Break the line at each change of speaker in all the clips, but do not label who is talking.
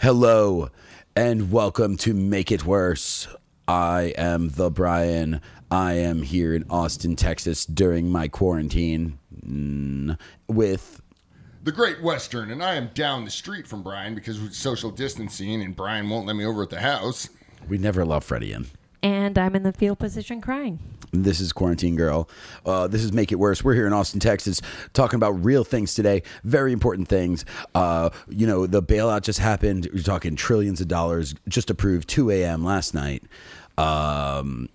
Hello and welcome to Make It Worse. I am the Brian. I am here in Austin, Texas during my quarantine mm, with
The Great Western, and I am down the street from Brian because we're social distancing, and Brian won't let me over at the house.
we never allow Freddie in.
And I'm in the field position crying.
This is Quarantine Girl. Uh, this is Make It Worse. We're here in Austin, Texas, talking about real things today, very important things. Uh, you know, the bailout just happened. We're talking trillions of dollars just approved 2 a.m. last night. Um,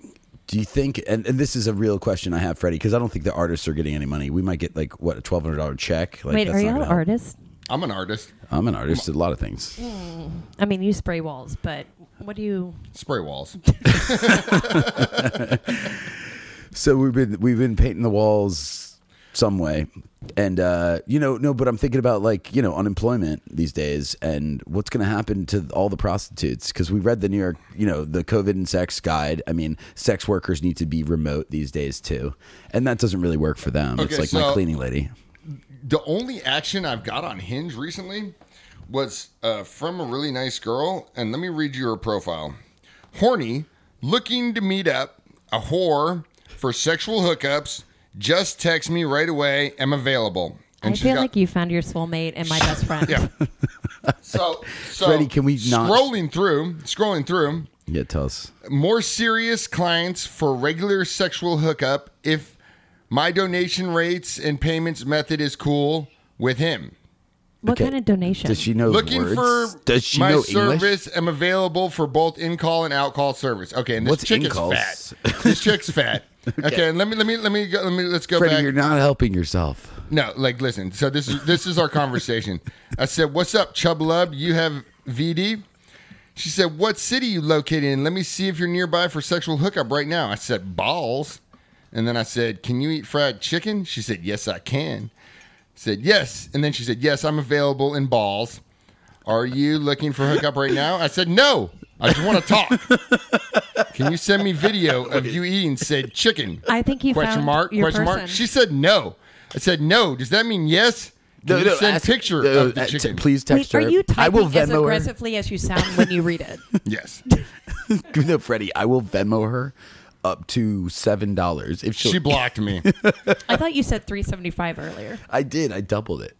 do you think, and, and this is a real question I have, Freddie, because I don't think the artists are getting any money. We might get like, what, a $1,200 check? Like,
Wait,
that's
are
not
y'all
gonna help.
artists?
I'm an artist.
I'm an artist at a lot of things.
I mean, you spray walls, but what do you?
Spray walls.
So we've been we've been painting the walls some way, and uh, you know no, but I'm thinking about like you know unemployment these days and what's going to happen to all the prostitutes because we read the New York you know the COVID and sex guide. I mean, sex workers need to be remote these days too, and that doesn't really work for them. it's
Okay,
like my
so-
cleaning lady.
the only action I've got on Hinge recently was uh, from a really nice girl, and let me read you her profile. Horny, looking to meet up, a whore for sexual hookups. Just text me right away. am available.
I
she's
feel
got-
like you found your soulmate and my best friend.
Yeah. So, so
Freddie, can we not-
scrolling through? Scrolling through.
Yeah, tell us.
more serious clients for regular sexual hookup if my donation rates and payments method is cool with him.
What
Okay.
kind of donation?
Does she know
Looking
words?
for
Does she
my
know English?
service. I'm available for both in call and out call service. Okay, and this
What's
chick is
in-calls?
fat. This chick's fat. okay. and let me let me let me go, let me let's go
Freddie,
back.
you're not helping yourself.
No, like listen. So this is this is our conversation. I said, "What's up, Chub Lub? You have VD?" She said, "What city you located in? Let me see if you're nearby for sexual hookup right now." I said, "Balls." And then I said, "Can you eat fried chicken?" She said, "Yes, I can." I said, "Yes." And then she said, "Yes, I'm available in balls. Are you looking for hookup right now?" I said, "No. I just want to talk." Can you send me video of you eating said chicken?
I think you
question
found
mark
your
question mark.
person.
She said no. I said no. Does that mean yes? Can you send
ask-
picture
no,
of the
uh, t-
chicken?
please
Wait,
text
are
her.
you typing
I will
as
Venmo her.
aggressively as you sound when you read it?
Yes.
No, Freddie, I will Venmo her up to seven dollars if she'll-
She blocked me.
I thought you said 375 earlier.
I did. I doubled it,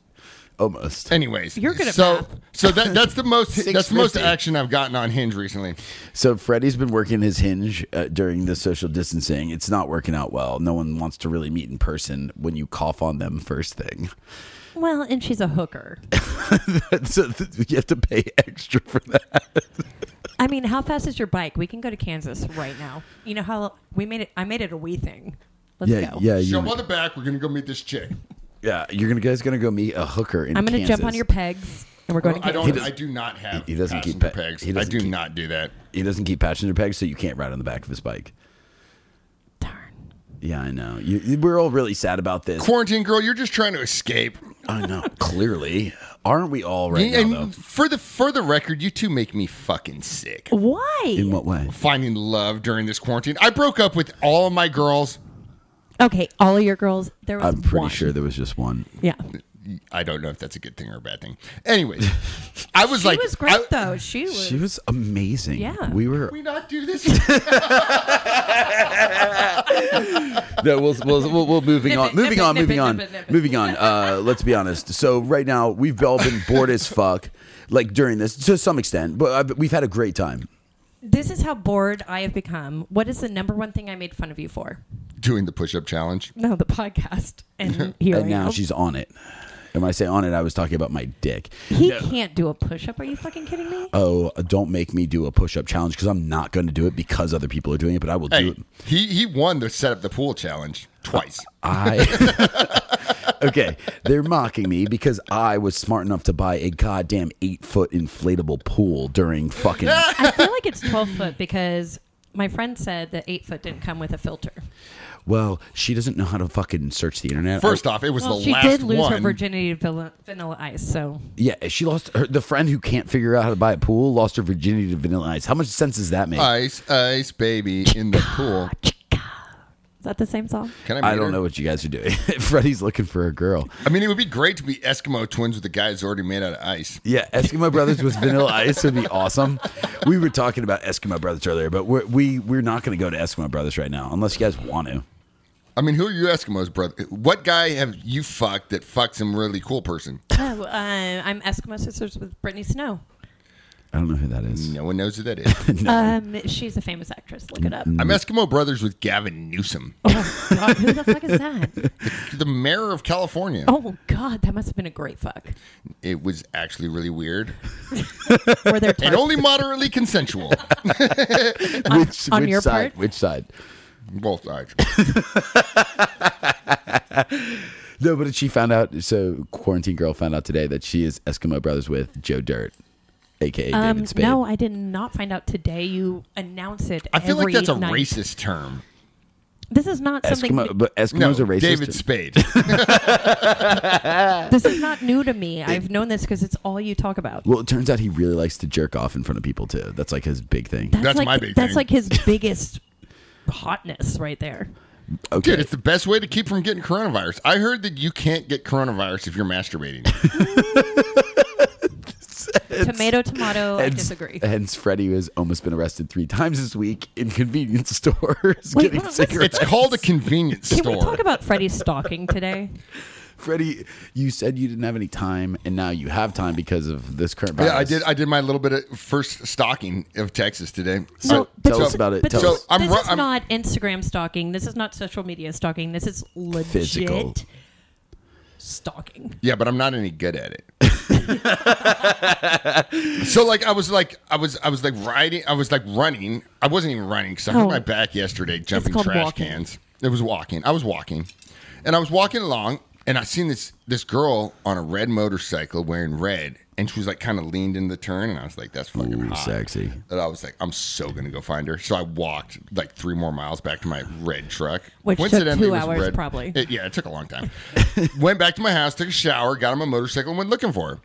almost.
Anyways,
You're good at
so
math.
so that that's the most that's the most
650.
action I've gotten on Hinge recently.
So Freddie's been working his hinge uh, during the social distancing. It's not working out well. No one wants to really meet in person when you cough on them first thing.
Well, and she's a hooker.
so th- you have to pay extra for that.
I mean, how fast is your bike? We can go to Kansas right now. You know how we made it? I made it a wee thing. Let's
yeah,
go.
yeah,
Jump
you,
on the back. We're gonna go meet this chick.
yeah. You're gonna guys gonna go meet a hooker in.
I'm going to jump
Kansas.
on your pegs, and we're going
I
to
don't.
Kansas.
I do not have.
he doesn't keep
passenger
pa-
pegs.
he
I
doesn't
do
keep-
not do that.
He doesn't keep passenger pegs, so you can't ride on the back of his bike.
Darn.
Yeah, I know. You, you- we're all really sad about this.
Quarantine girl, you're just trying to escape.
I know. Clearly, aren't we all right
and
now? Though,
for the for the record, you two make me fucking sick.
Why?
in what way?
Finding love during this quarantine. I broke up with all of my girls.
Okay, all of your girls. There was
I'm pretty
one.
sure there was just one.
Yeah,
I don't know if that's a good thing or a bad thing. Anyways, I was
she
like,
was great
I-
though. She was.
She was amazing.
Yeah.
we were
we not do this?
no, we'll, we'll, we'll, we'll moving
Nip
on,
it,
moving
nip it,
on,
nip
moving
it,
on,
nip it, nip it.
moving on. Uh, let's be honest. So right now we've all been bored as fuck, like during this to some extent, but I've, we've had a great time.
This is how bored I have become. What is the number one thing I made fun of you for?
Doing the push-up challenge.
No, the podcast. And here
and
I
now
am.
she's on it. And when I say on it, I was talking about my dick.
He can't do a push-up. Are you fucking kidding me?
Oh, don't make me do a push-up challenge because I'm not going to do it because other people are doing it, but I will do
Hey,
it.
he he won the set up the pool challenge twice.
Oh. I okay. They're mocking me because I was smart enough to buy a goddamn eight-foot inflatable pool during fucking.
I feel like it's twelve foot because my friend said that eight foot didn't come with a filter.
Well, she doesn't know how to fucking search the internet.
First off, it was
Well,
the
she
last
did lose
one.
her virginity to vanilla, vanilla ice. So
Yeah, she lost her. The friend who can't figure out how to buy a pool lost her virginity to Vanilla Ice. How much sense does that make?
Ice, ice, baby in the pool.
that the same song?
Can
I
I? meet
don't
her?
know what you guys are doing. Freddie's looking for a girl.
I mean, it would be great to be Eskimo twins with the guys already made out of ice.
Yeah, Eskimo Brothers with Vanilla Ice would be awesome. We were talking about Eskimo Brothers earlier, but we're, we we're not going to go to Eskimo Brothers right now unless you guys want to.
I mean, who are you Eskimos, brother? What guy have you fucked that fucks some really cool person?
Oh, uh, I'm Eskimo Sisters with Brittany Snow.
I don't know who that is.
No one knows who that is.
Um, she's a famous actress. Look it up.
I'm Eskimo brothers with Gavin Newsom,
Oh God, who the fuck is that?
the mayor of California.
Oh God, that must have been a great fuck.
It was actually really weird
Were there
and
tar-
only moderately consensual.
Which,
on
which
your
side?
part?
Which side?
Both sides.
No, but she found out. So quarantine girl found out today that she is Eskimo Brothers with Joe Dirt, aka
um,
David Spade.
no, I did not find out today. You announce it.
I feel
every
like that's a
night.
racist term.
This is not something.
Eskimo, but Eskimos are racist.
David Spade.
This is not new to me. I've known this because it's all you talk about.
well, it turns out he really likes to jerk off in front of people too. That's like his big thing.
That's
like,
my big
That's
thing.
like his biggest hotness right there.
okay,
Dude, it's the best way to keep from getting coronavirus. I heard that you can't get coronavirus if you're masturbating.
tomato, tomato. I disagree.
Hence, Freddie has almost been arrested three times this week in convenience stores
Wait,
getting
what- what's-
cigarettes.
it's called a convenience
Can
store.
we talk about Freddie stalking today?
Freddie, you said you didn't have any time, and now you have time because of this current virus.
yeah, I did. I did my little bit of first stocking of Texas today.
So-
but
tell
us
this-
about it.
but
Tell
this,
us.
So, I'm
this
ru-
is
I'm-
not Instagram stalking. This is not social media stalking. This is legit
Physical.
stalking.
Yeah, but I'm not any good at it. so like I was like I was I was like riding I was like running. I wasn't even running because I hurt
Oh.
my back yesterday jumping
called
trash
walking.
cans. It was walking. I was walking, and I was walking along, and I seen this this girl on a red motorcycle wearing red, and she was like kind of leaned in the turn, and I was like, "That's fucking
Ooh,
hot.
sexy.
And I was like, "I'm so gonna go find her." So I walked like three more miles back to my red truck,
Which took
Coincidentally,
two
it was
hours, probably.
It- yeah, it took a long time. went back to my house, took a shower, got on my motorcycle, and went looking for her.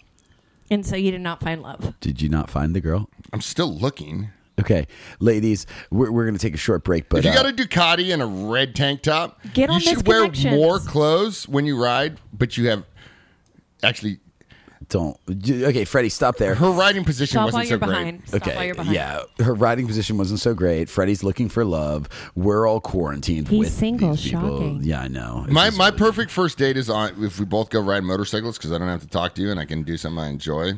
And so you did not find love.
Did you not find the girl?
I'm still looking.
Okay, ladies, we're, we're going to take a short break, but
If you
uh,
got a Ducati and a red tank top,
Get on
you should
this
wear
connections.
more clothes when you ride, but you have actually
don't. Okay, Freddie, stop there.
her riding position
Stop while
wasn't
you're
so
behind. Stop
okay,
while you're behind.
yeah, her riding position wasn't so great. Freddie's looking for love. We're all quarantined.
He's
with
single,
these people.
shocking.
Yeah, I know. It's
great. My
just
my
really-
perfect first date is on if we both go ride motorcycles because I don't have to talk to you and I can do something I enjoy.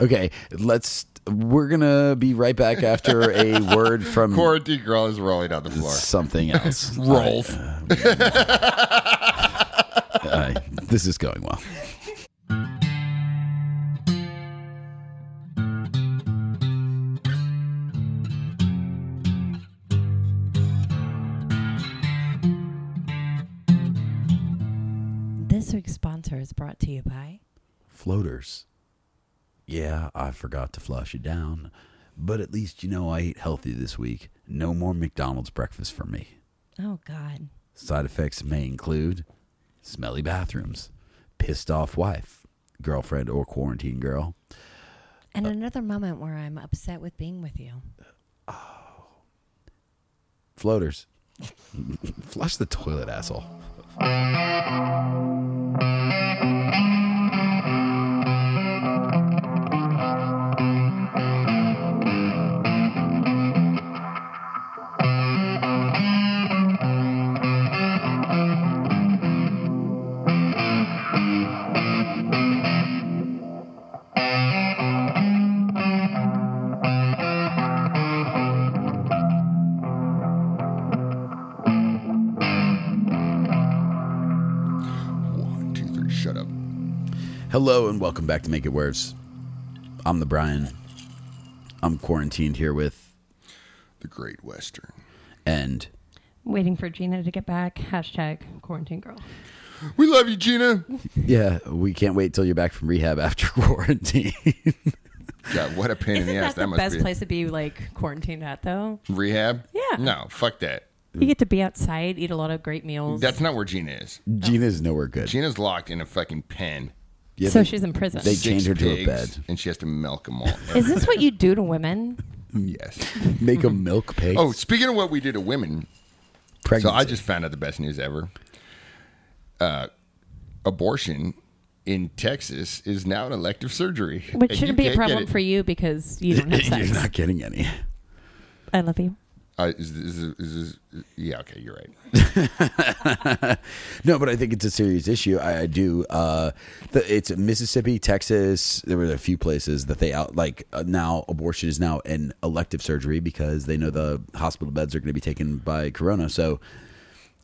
Okay, let's. We're gonna be right back after a word from
Quarantine girl is rolling on the floor.
something else.
Rolf.
Uh, this is going well.
This week's sponsor is brought to you by.
Floaters. Yeah, I forgot to flush it down, but at least you know I ate healthy this week. No more McDonald's breakfast for me.
Oh God.
Side effects may include smelly bathrooms, pissed off wife, girlfriend or quarantine girl, Uh,
And another moment where I'm upset with being with you.
floaters. flush the toilet, asshole.
One, two, three, shut up.
Hello and welcome back to Make It Worse. I'm the Brian. I'm quarantined here with
The Great Western.
and
Waiting for Gina to get back. Hashtag quarantine girl.
We love you, Gina.
yeah, we can't wait till you're back from rehab after quarantine.
God, what a pain
Isn't
in the ass that,
that the
must
best
be.
place to be like quarantined at though?
Rehab?
Yeah.
No, fuck that.
Mm.
You get to be outside, eat a lot of great meals.
That's not where Gina is.
Gina's nowhere good.
Gina's locked in a fucking pen.
Yeah,
so
they-
she's in prison.
they- chained her to a
pigs,
bed.
and she has to milk them all.
is this what you do to women?
yes.
Mm-hmm.
make a milk paste.
Oh, speaking of what we do to women,
Pregnancy.
So Oh, I just found out the best news ever. Uh, abortion in Texas is now an elective surgery,
Which
And
shouldn't
you
be
can't
a
get
problem
it.
for you because you don't have sex.
You're not getting any.
I love you.
Uh, is, is, is, is, yeah, okay, you're right.
No, but I think it's a serious issue. I, I do. Uh, the, it's Mississippi, Texas. There were a few places that they out like uh, now abortion is now an elective surgery because they know the hospital beds are going to be taken by corona. So,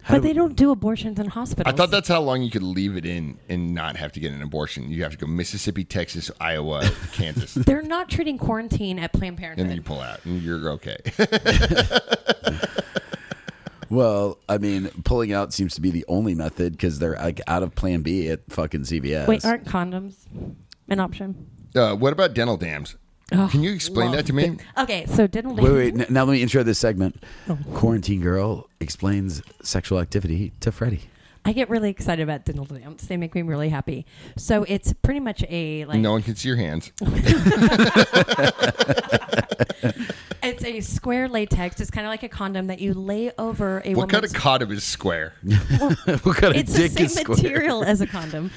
how
But
do-
they don't do abortions in hospitals.
I thought that's how long you could leave it in and not have to get an abortion. You have to go Mississippi, Texas, Iowa, Kansas, and
They're not treating quarantine at Planned
then you
Parenthood.
pull out and you're okay.
well, I mean, pulling out seems to be the only method because they're like out of Plan B at fucking CVS.
Wait, aren't condoms an option?
Uh, what about dental dams? Can you explain
love
that to me?
Okay, so dental
Wait,
dam-
wait. n- Now let me intro this segment.
Oh.
Quarantine girl explains sexual activity to Freddie.
I get really excited about dental dams. They make me really happy. So it's pretty much a like
No one can see your hands.
it's a square latex. It's kind of like a condom that you lay over a
What kind of
woman's
condom is square?
what kind
it's the same material as a condom,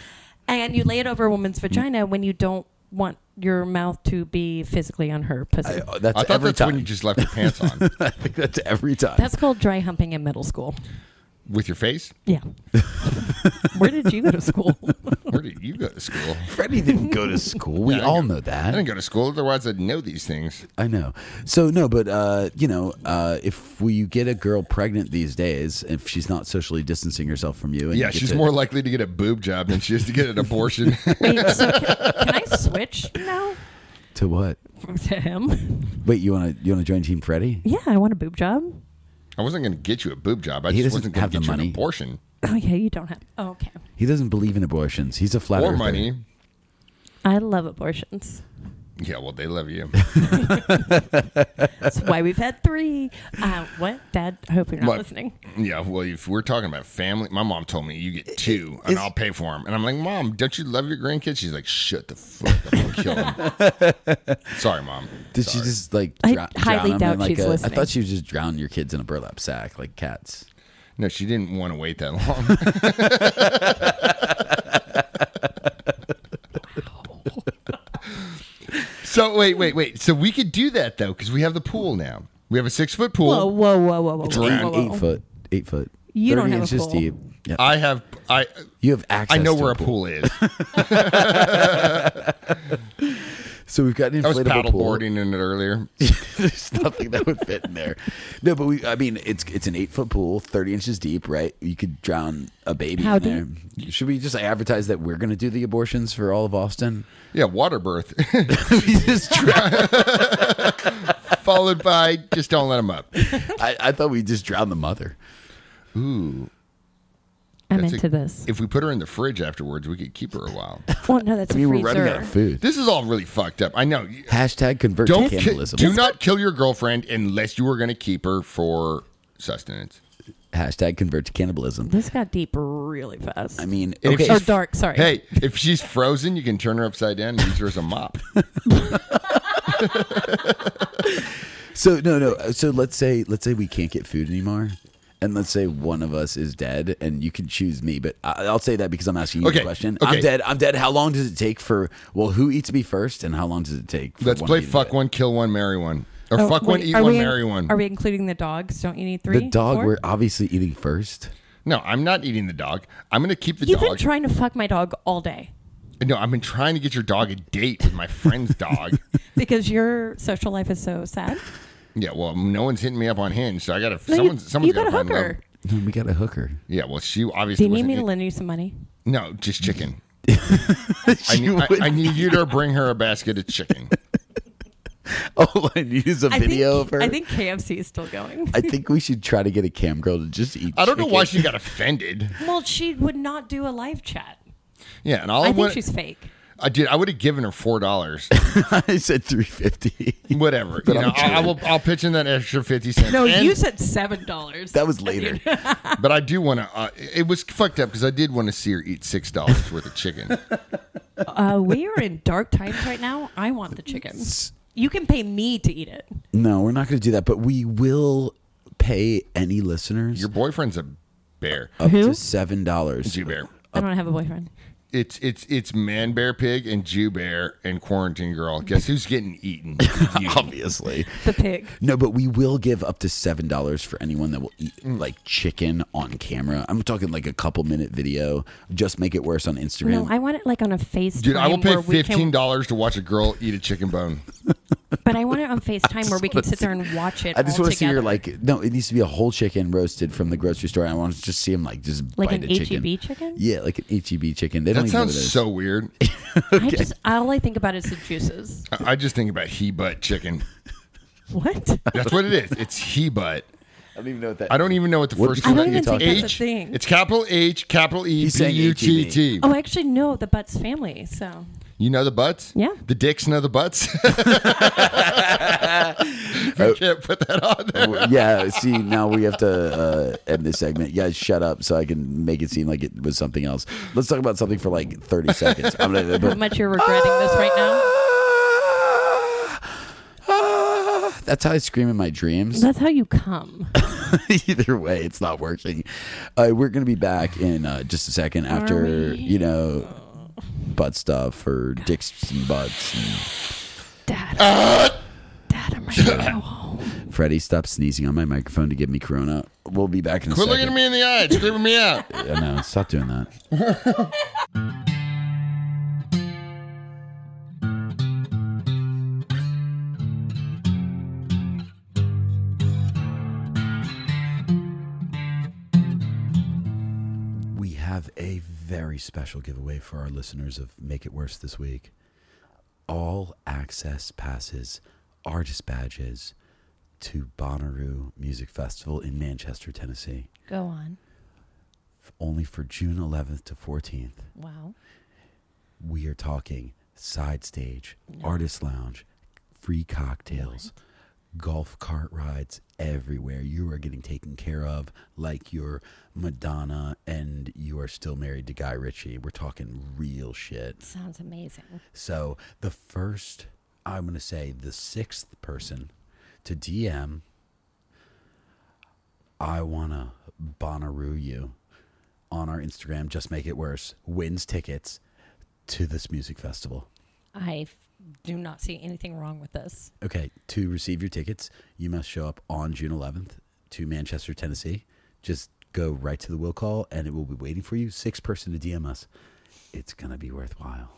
and you lay it over a woman's
Hmm.
vagina when you don't want your mouth to be physically on her pussy.
Oh, that's
I thought
every
that's
time.
when you just left your pants on
I think that's every time.
That's called dry humping in middle school.
with your face.
Yeah. Where did you go to school?
Where did you go to school?
Freddie didn't go to school. We
Yeah, I
all
go-
know
I
that.
didn't go to school, otherwise I'd know these things.
I know. So no, but uh, you know, uh, if we, you get a girl pregnant these days, if she's not socially distancing herself from you, and
Yeah,
you get
she's
to-
more likely to get a boob job than she is to get an abortion.
Wait, so can, can I switch now
to what?
to him?
Wait, you want to you want to join Team Freddie?
Yeah, I want a boob job.
I wasn't going to get you a boob job. I
He
just
doesn't
wasn't going
have
to
the
get you
money.
an abortion
Oh yeah, you don't have. Oh, okay.
He doesn't believe in abortions. He's a flat
or
earther.
money.
I love abortions.
Yeah, well, they love you.
That's why we've had three. Uh, what, Dad? I hope you're not
But-
listening.
Yeah, well, if we're talking about family, my mom told me you get two and I'll pay for them. And I'm like, Mom, don't you love your grandkids? She's like, Shut the fuck up and kill them. Sorry, Mom.
Did she just like
I
drown,
highly
drown 'em in,
doubt
like,
she's
a- I
listening.
thought she was just drowning your kids in a burlap sack like cats.
No, she didn't want to wait that long. so wait, wait, wait. So we could do that though, because we have the pool now. We have a six foot pool.
Whoa, whoa, whoa, whoa, whoa,
Eight,
whoa, whoa.
eight foot, eight foot.
You
30
don't have a
inches
pool.
deep. Yeah.
I have I
You have access.
I know
to
where
a
a pool, is.
So we've got an
I was
inflatable
paddle
pool.
boarding in it earlier.
There's nothing that would fit in there. No, but we. I mean, it's it's an eight foot pool, thirty inches deep, right? You could drown a baby
How
in there. Should we just advertise that we're going to do the abortions for all of Austin?
Yeah, water birth.
We just drown-
Followed by just don't let them up.
I, I thought we just drowned the mother.
I'm
That's a-
into this.
If we put her in the fridge afterwards, we could keep her a while.
Well, no, that's
I mean,
a
we're
freezer.
running out of food.
This is all really fucked up. I know.
Hashtag convert
Don't
to
ki-
cannibalism.
do not kill your girlfriend unless you are going to keep her for sustenance.
Hashtag convert to cannibalism.
This got deep really fast.
I mean,
And if
okay,
or
she's-
dark. Sorry.
Hey, if she's frozen, you can turn her upside down and use her as a mop.
So no, no. uh, So let's say let's say we can't get food anymore, and let's say one of us is dead, and you can choose me. But I, I'll say that because I'm asking you
Okay,
a question.
okay.
I'm dead. I'm dead. How long does it take for? Well, who eats me first, and how long does it take? For
Let's
one
play
to eat
fuck
it?
one, kill one, marry one. Or
Oh,
fuck one,
wait,
eat
are
one,
we-
marry one.
Are we including the dogs? Don't you need three?
The dog.
four?
We're obviously eating first.
no, I'm not eating the dog. I'm going to keep the
You've been
dog.
trying to fuck my dog all day
no, I've been trying to get your dog a date with my friend's dog.
because your social life is so sad.
Yeah, well, no one's hitting me up on Hinge, so I got to.
No,
someone's
you,
someone's
you
got to
got a
find love.
hooker.
No, we got a hooker.
Yeah, well, she
Do
obviously.
you need
wasn't
me to
in-
lend you some money?
No, just chicken. I, need, I, I need you to bring her a basket of chicken.
All I need is a video
I think,
of her.
I think KFC is still going.
I think we should try to get a cam girl to just eat.
I don't know why
chicken.
she got offended.
well, she would not do a live chat.
Yeah, and all I,
I think
want,
she's fake.
I did. I would have given her four dollars,
I said three fifty.
whatever. you know, I, I will. I'll pitch in that extra fifty cents.
No,
And-
you said seven dollars.
That was later.
But I do want to. Uh, it was fucked up because I did want to see her eat six dollars worth of chicken.
Uh, we are in dark times right now. I want the chicken. You can pay me to eat it.
No, we're not going to do that. But we will don't pay any listeners
Your boyfriend's a bear.
up
Who?
to seven dollars.
Jew bear.
I don't have a boyfriend.
It's it's it's man bear pig and Jew bear and quarantine girl. Guess who's getting eaten? You.
Obviously,
The pig.
no, but we will give up to seven dollars for anyone that will eat like chicken on camera. I'm talking like a couple minute video. Just make it worse on Instagram.
No, I want it like on a FaceTime.
Dude, I will pay
where we can-
fifteen dollars to watch a girl eat a chicken bone.
But I want it on FaceTime where we can sit there and watch it.
I just
all
want to see your
together.
like. No, it needs to be a whole chicken roasted from the grocery store. I want to just see him like just
Like
bite
an
a chicken.
H-E-B chicken?
Yeah, like an HEB chicken. They don't
That
even know what it
sounds
is.
so weird.
I just all I think about is the juices.
I I just think about he butt chicken.
What?
That's what it is. It's he butt.
I don't even know what that.
I don't even know what the
What
first
the fuck
one
I don't
is.
even think
that's a thing.
It's capital H, capital E,
He's
B
saying E
U T T.
Oh, actually, no. The Butts family. So
You know the butts?
Yeah.
The dicks know the butts.
Oh.
we can't put that on there.
yeah. See, now we have to uh, end this segment. You guys, shut up, so I can make it seem like it was something else. Let's talk about something for like thirty seconds. I'm gonna.
how much you're regretting this right now?
Ah, That's how I scream in my dreams.
That's how you come.
Either way, it's not working. Uh, we're gonna be back in uh, just a second after
we?
you know butt stuff or dicks and butts.
Dad. Dad, I'm ready to go home.
And Freddie, stop sneezing on my microphone to give me corona. We'll be back in a
Quit looking
second.
at me in the eye, and screaming me out.
Yeah, no, stop doing that. we have a very special giveaway for our listeners of Make It Worse this week. All access passes, artist badges to Bonnaroo Music Festival in Manchester, Tennessee
Go on.
only for June 11th to 14th.
Wow.
We are talking side stage, artist lounge, free cocktails, golf cart rides everywhere. You are getting taken care of like you're Madonna and you are still married to Guy Ritchie. We're talking real shit.
Sounds amazing.
So the first, I'm going to say the sixth person to DM, I want to Bonnaroo you on our Instagram, just make it worse, wins tickets to this music festival.
I f- do not see anything wrong with this.
Okay, to receive your tickets, you must show up on June 11th to Manchester, Tennessee. Just go right to the will call and it will be waiting for you. Six person to DM us. It's going to be worthwhile.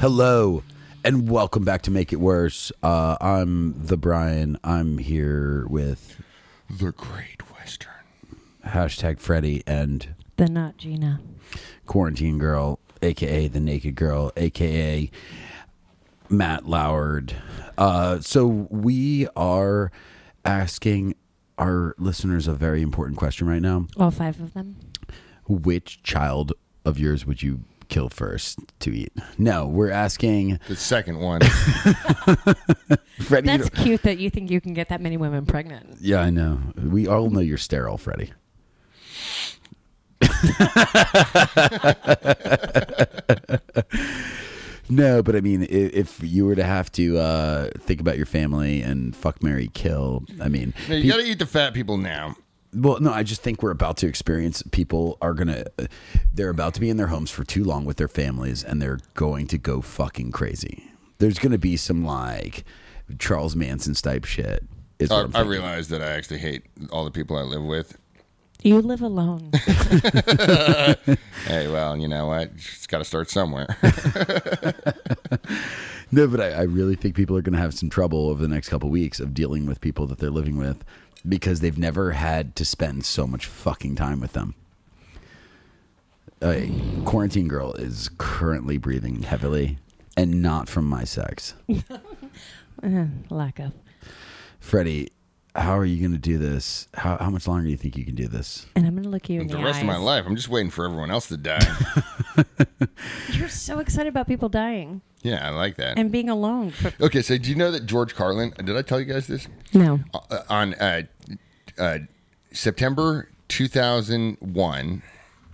Hello and welcome back to Make It Worse. Uh, I'm the Brian. I'm here with
The Great Western.
hashtag Freddy and
The not Gina.
Quarantine Girl, aka the Naked Girl, aka Matt Loward. Uh, so we are asking our listeners a very important question right now.
All five of them.
Which child of yours would you kill first to eat? No, we're asking
The second one.
Freddy.
That's cute that you think you can get that many women pregnant.
Yeah, I know. We all know you're sterile, Freddie. no, but I mean, i- if you were to have to uh, think about your family and fuck, Mary, kill, I mean,
Now, you
pe-
got to eat the fat people now.
well, no, I just think we're about to experience people are gonna, uh, they're about to be in their homes for too long with their families, and they're going to go fucking crazy. There's gonna be some like Charles Manson's type shit. Is what
I,
I'm
I
thinking.
realize that I actually hate all the people I live with.
You live alone.
Hey, well, you know what? It's got to start somewhere.
No, but I, I really think people are going to have some trouble over the next couple weeks of dealing with people that they're living with because they've never had to spend so much fucking time with them. A quarantine girl is currently breathing heavily and not from my sex.
Lack of.
Freddie, how are you going to do this? How, how much longer do you think you can do this?
And I'm going to look you in
the
the
rest of my
eyes.
life, I'm just waiting for everyone else to die.
You're so excited about people dying
Yeah, I like that.
and being alone. For,
okay, so do you know that George Carlin? Did I tell you guys this?
no.
uh, on uh, uh, September 2001,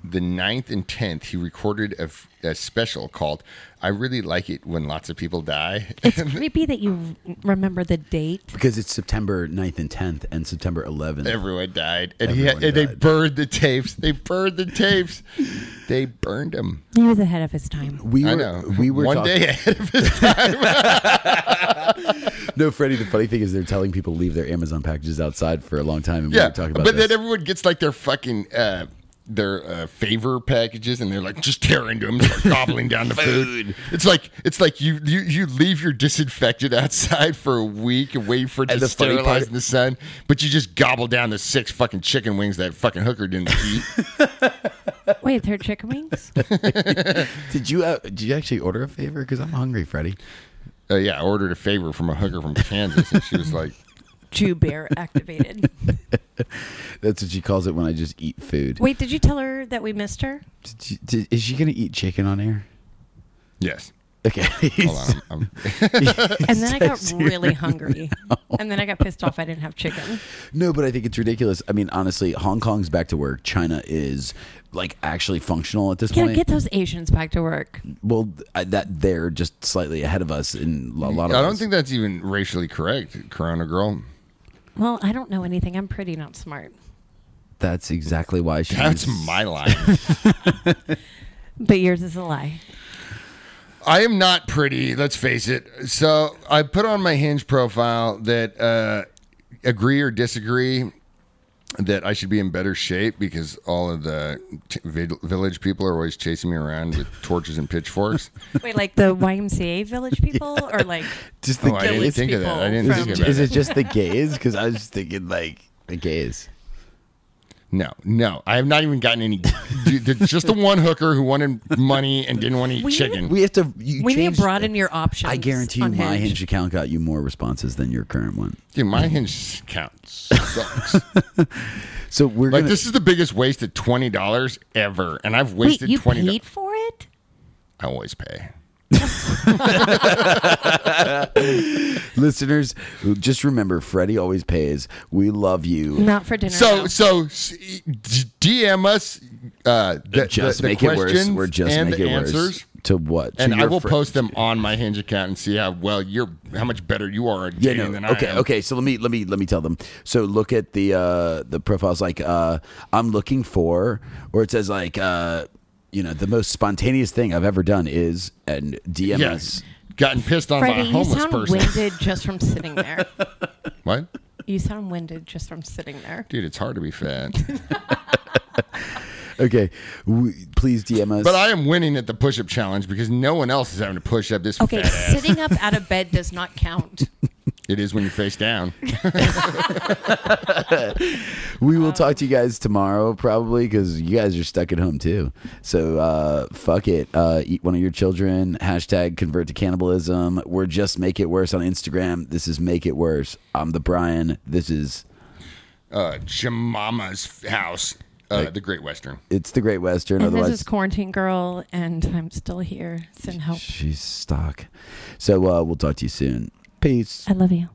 the 9th and 10th, he recorded a, f- a special called I Really Like It When Lots of People Die.
It's creepy that you remember the date.
because it's September 9th and 10th and September 11th.
Everyone died. And, he had,
Everyone
and they
died.
burned the tapes. They burned the tapes. They burned them.
He was ahead of his time.
we were,
I know.
We were
One
talking,
day ahead of his
No, Freddie. The funny thing is, they're telling people leave their Amazon packages outside for a long time, and we
Yeah.
were talking about
but
this.
then everyone gets like their fucking. Uh, their uh, favor packages, and they're like just tear into them, start gobbling down the food. It's like it's like you you you leave your disinfectant outside for a week and wait for it
And
to
the funny part-
sterilize in the sun, but you just gobble down the six fucking chicken wings that fucking hooker didn't eat.
Wait, they're chicken wings?
did you uh, did you actually order a favor? Because I'm hungry, Freddie.
uh, yeah, I ordered a favor from a hooker from Kansas, and she was like,
Jew bear activated.
That's what she calls it when I just eat food.
Wait, did you tell her that we missed her?
Did she- did- is she gonna eat chicken on air?
"Yes,
Okay.
hold on, I'm, I'm,
And then I got really hungry. And then I got pissed off I didn't have chicken.
No, but I think it's ridiculous. I mean, honestly, Hong Kong's back to work. China is like actually functional at this
Yeah,
point.
get those Asians back to work.
well, th- I, that they're just slightly ahead of us in a lot of.
I don't
ways.
think that's even racially correct, Corona girl."
Well, I don't know anything. I'm pretty not smart.
that's exactly why she.
That's
was-
my line.
But yours is a lie.
I am not pretty, let's face it. So I put on my hinge profile that uh, agree or disagree that I should be in better shape because all of the t- vid- village people are always chasing me around with torches and pitchforks.
Wait, like the YMCA village people or like
Just the
oh, I
gays.
didn't think of that. I didn't
Is,
Village
think
it,
about
is
it.
it just the gays? Because I was just thinking like the gays.
No, no, I have not even gotten any. dude, there's just the one hooker who wanted money and didn't want to eat
We-
chicken.
We have to. You
we need
changed-
to broaden your options.
I guarantee you,
on
my hinge account got you more responses than your current one.
Dude, my hinge count sucks.
So we're
like
gonna.
this is the biggest waste of twenty dollars ever, and I've
Wait,
wasted
you
twenty.
paid for it?
I always pay.
Listeners, just remember, Freddie always pays. We love you.
Not for dinner.
So
no.
so s- d- DM us uh, the,
just
the, the
make it worse.
questions
We're just
and
make
the
it
answers,
worse. To what? To
and I
your
will
fr-
post them on my Hinge account and see how well you're, how much better you are at
Yeah,
dating than
no.
I
Okay,
am.
okay. So let me let me let me tell them. So look at the uh the profiles like uh I'm looking for or it says like uh you know, the most spontaneous thing I've ever done is and DM
Yes,
us.
gotten pissed on
Freddie,
by a
you
homeless
sound
person.
winded just from sitting there.
What?
You sound winded just from sitting there.
Dude, it's hard to be fat,
Okay. We, please DM us.
but I am winning at the push-up challenge because no one else is having to push up this
Okay,
fat ass.
sitting up out of bed does not count.
It is when you face down.
we
Um,
will talk to you guys tomorrow probably because you guys are stuck at home too. So uh, fuck it. Uh, eat one of your children. Hashtag convert to cannibalism. We're just make it worse on Instagram. This is make it worse. I'm the Brian. This is
Uh, Jemama's house, uh, the Great Western.
it's the Great Western.
And this
Otherwise,
is quarantine girl, and I'm still here. Send help.
she's stuck. So uh, we'll talk to you soon. Peace.
I love you.